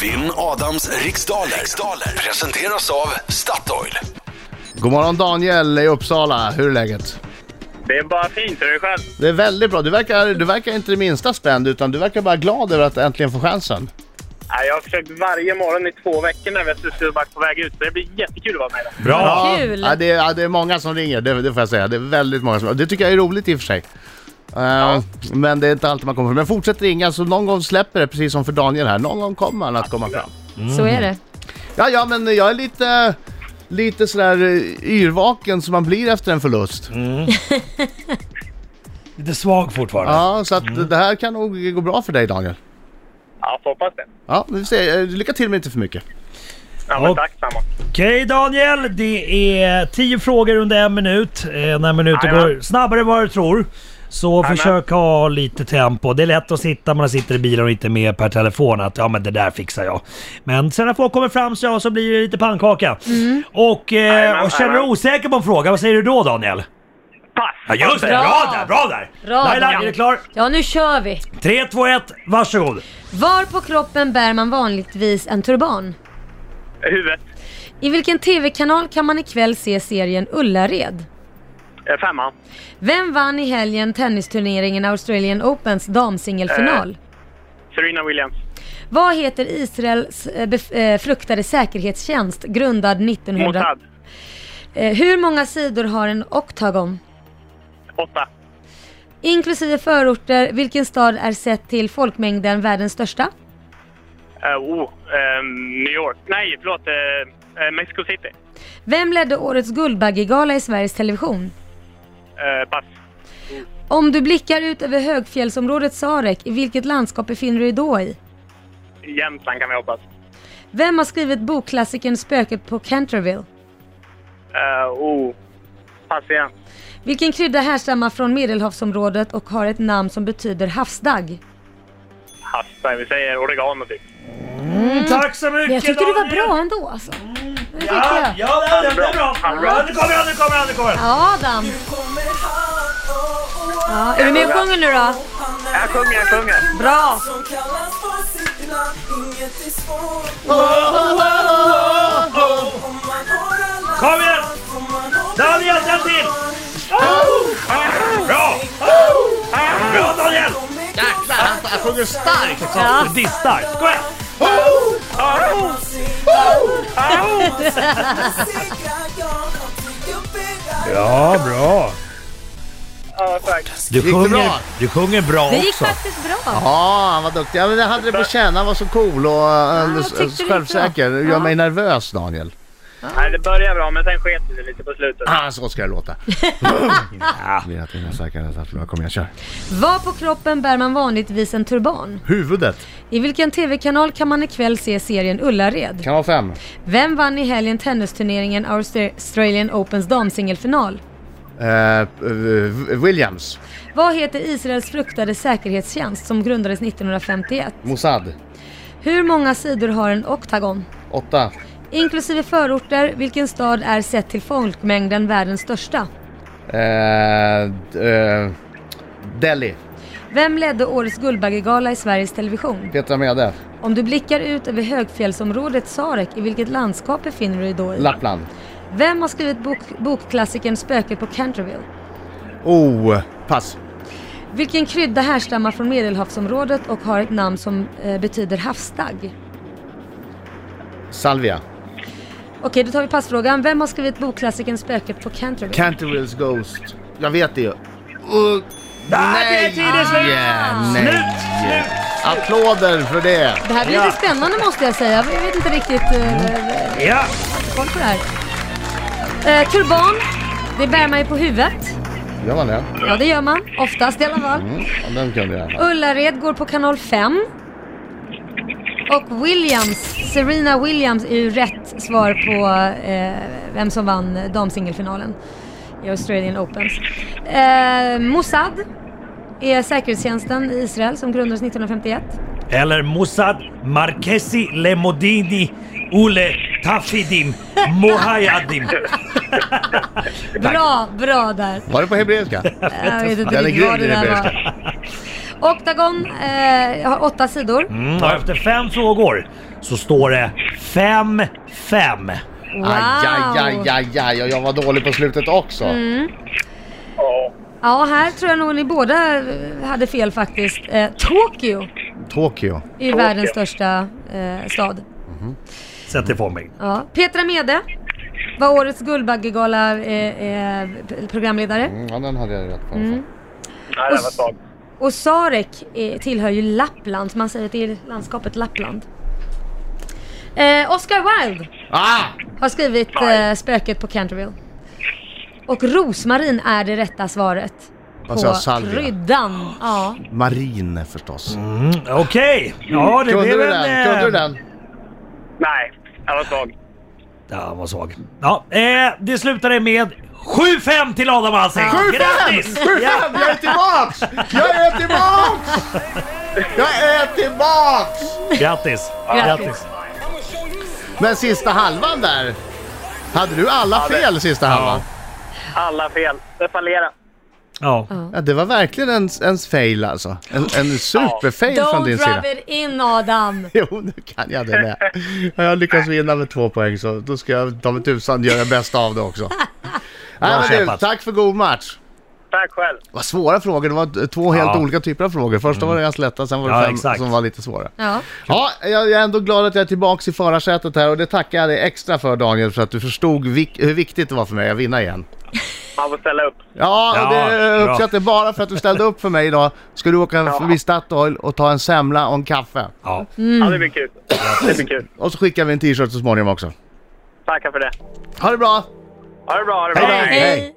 Vinn Adams riksdaler. riksdaler presenteras av Statoil. God morgon Daniel i Uppsala, hur är läget? Det är bara fint. Hur är det själv? Det är väldigt bra, du verkar, du verkar inte det minsta spänd utan du verkar bara glad över att äntligen få chansen. Ja, jag har försökt varje morgon i två veckor när Västra Sudback på väg ut. Så det blir jättekul att vara med. idag. Bra! Kul. Ja, det, är, ja, det är många som ringer, det, det får jag säga. Det är väldigt många som och Det tycker jag är roligt i och för sig. Eh, Men det är inte alltid man kommer fram. Men fortsätt ringa så någon gång släpper det, precis som för Daniel här. Någon gång kommer han att komma fram. Så Mhm. är det. Ja, ja, men jag är lite, lite sådär eh, yrvaken som man blir efter en förlust. Lite svag fortfarande. Ja, så att det här kan nog gå bra för dig Daniel. Ja, får hoppas det. Ja, vi får se. Eh, Lycka till men inte för mycket. Ja, men Och- tack samma. Okej Daniel, det är tio frågor under en minut. Eh, När minuten Jajamän. går snabbare än vad du tror. Så försök ha lite tempo. Det är lätt att sitta, man sitter i bilen och inte är med per telefon att ja men det där fixar jag. Men sen när folk kommer fram så, ja, så blir det lite pannkaka. Mm. Och, eh, Jajamän, och känner du dig jajamän. osäker på en fråga, vad säger du då Daniel? Pass! Ja just det, Bra. bra där, bra där! Bra, Laila, Daniel. är du klar? Ja, nu kör vi. 3, 2, 1, varsågod! Var på kroppen bär man vanligtvis en turban? Eh, Huvudet. I vilken TV-kanal kan man ikväll se serien Ullared? Eh, Femman. Vem vann i helgen tennisturneringen Australian Opens Eh. damsingelfinal? Serena Williams. Vad heter Israels eh, bef- eh, fruktade säkerhetstjänst grundad 1900... Mossad. Eh, hur många sidor har en oktagon? Åtta. Inklusive förorter, vilken stad är sett till folkmängden världens största? Eh, oh, eh, New York. Nej, förlåt. Eh, eh, Mexico City. Vem ledde årets Guldbaggegala i Sveriges Television? Eh, pass. Om du blickar ut över högfjällsområdet Sarek, i vilket landskap befinner du dig då i? Jämtland kan vi hoppas. Vem har skrivit bokklassikern Spöket på Canterville? Eh, oh. Pass igen. Vilken krydda härstammar från Medelhavsområdet och har ett namn som betyder havsdagg? Hasta. Vi säger oregano typ. Tack så mycket Mm. Jag tyckte du var Daniel. bra ändå alltså. Det tyckte Ja, jag. ja, det blev bra! Ja, bra. Ja, Nu kommer han, nu kommer han, nu kommer han! Ja, Adam. Ja, är du med och sjunger nu då? Jag sjunger, jag sjunger. Bra! Kom igen! Daniel, hjälp till! Bra! Bra Daniel! Jäklar, han, han sjunger starkt också. Ja. Du distar. Kom igen! Ja, bra! Ja, tack. Du Gick det sjunger, bra? du sjunger bra Det gick också. faktiskt bra. Ja, han var duktig. Ja, men jag hade det på känn. Han var så cool och eh, jag tyckte s- det gick självsäker. bra. Du gör Ja. mig nervös Daniel. Ah. Nej, det började bra, men sen sket det sig lite på slutet. Ah, så ska det låta. ja. Lilla tunga, starka, nästa förlora. Kom igen, kör. Var på kroppen bär man vanligtvis en turban? Huvudet. I vilken TV-kanal kan man ikväll se serien Ullared? Kanal 5. Vem vann i helgen tennisturneringen Australian Opens damsingelfinal? Eh, eh, Williams. Vad heter Israels fruktade säkerhetstjänst som grundades 1951? Mossad. Hur många sidor har en oktagon? 8. Inklusive förorter, vilken stad är sett till folkmängden världens största? Eh, d- eh, Delhi. Vem ledde årets Guldbaggegala i Sveriges Television? Petra Mede. Om du blickar ut över högfjällsområdet Sarek, i vilket landskap befinner du dig då i? Lappland. Vem har skrivit bok- bokklassikern Spöket på Canterville? Oh, pass. Vilken krydda härstammar från Medelhavsområdet och har ett namn som eh, betyder havsdagg? Salvia. Okej, då tar vi passfrågan. Vem har skrivit bokklassikern Spöket på Canterville? Cantervilles Ghost. Jag vet det ju. Uh, nej! det är slut. Yeah, Slut, nej. slut. Applåder för det. det här blir Ja. Mm. lite spännande måste jag säga. Jag vet inte riktigt eh, Ja, koll på det här. Eh, turban, det bär man ju på huvudet. Gör man det? Ja, det gör man. Oftast i alla fall. Mm, ja, den kunde jag. Ullared går på kanal 5. Och Williams, Serena Williams är ju rätt svar på eh, vem som vann damsingelfinalen i Australian Opens. Eh, Mossad är säkerhetstjänsten i Israel som grundades 1951. Eller Mossad Markesi Lemodini Ule Tafidim Mohayadim. Bra, bra där. Var det på hebreiska? Jag vet inte Den är riktigt vad grym, det den där hebreiska. var. Octagon eh, har åtta sidor. Mm, och efter fem frågor så står det 5-5. Wow! Aj, aj, aj, aj, aj, och jag var dålig på slutet också. Ja. Ja, här tror jag nog ni båda eh, hade fel faktiskt. Eh, Tokyo Tokyo. är ju världens största eh, stad. Sätt det på mig. Ja. Petra Mede var årets Guldbaggegala eh, eh, p- programledare. Mm, ja, den hade jag rätt på. Nej, det var svagt. Och Sarek eh, tillhör ju Lappland, så man säger att det är landskapet Lappland. Eh, Oscar Wilde Ah! har skrivit eh, Spöket på Canterville. Och rosmarin är det rätta svaret. Vad sa jag? På Salvia. kryddan. Ja. Marin förstås. Mm, Okej, ja det Kunde blev du en... den? eh, Kunde du den? Nej, det var svagt. Ja, han var svag. Ja, eh, det slutade med 7-5 till Adam Alsing. 7-5! Grattis! 7-5! Jag är tillbaks! Jag är tillbaks! Jag är tillbaks! Grattis! Grattis. Men sista halvan där. Hade du alla fel sista halvan? Alla fel. Det fallerar. Ja. Ja, det var verkligen en, en fail alltså. En, en superfail från Don't din rub sida. it in Adam. Jo, nu kan jag det med. Har jag lyckats vinna med två poäng så då ska jag ta mig tusan göra bästa av det också. Nej, men du, kämpat. tack för god match. Tack själv. Vad svåra frågor, det var två helt Ja. Mm. olika typer av frågor. Första var det ganska lätta, sen var det Ja, fem exakt. som var lite svåra. Ja. Ja, jag är ändå glad att jag är tillbaka i förarsätet här och det tackar jag dig extra för Daniel för att du förstod vik- hur viktigt det var för mig att vinna igen. Man får ställa upp. Ja, och Ja, det bra. uppskattar jag bara för att du ställde upp för mig idag. Ska du åka förbi Statoil och ta en semla och en kaffe. ja. Mm. Ja, det blir kul. Det blir kul. Och så skickar vi en t-shirt så småningom också. Tackar för det. Ha det bra! Ha det bra. Ha det bra. Hej då. Hej.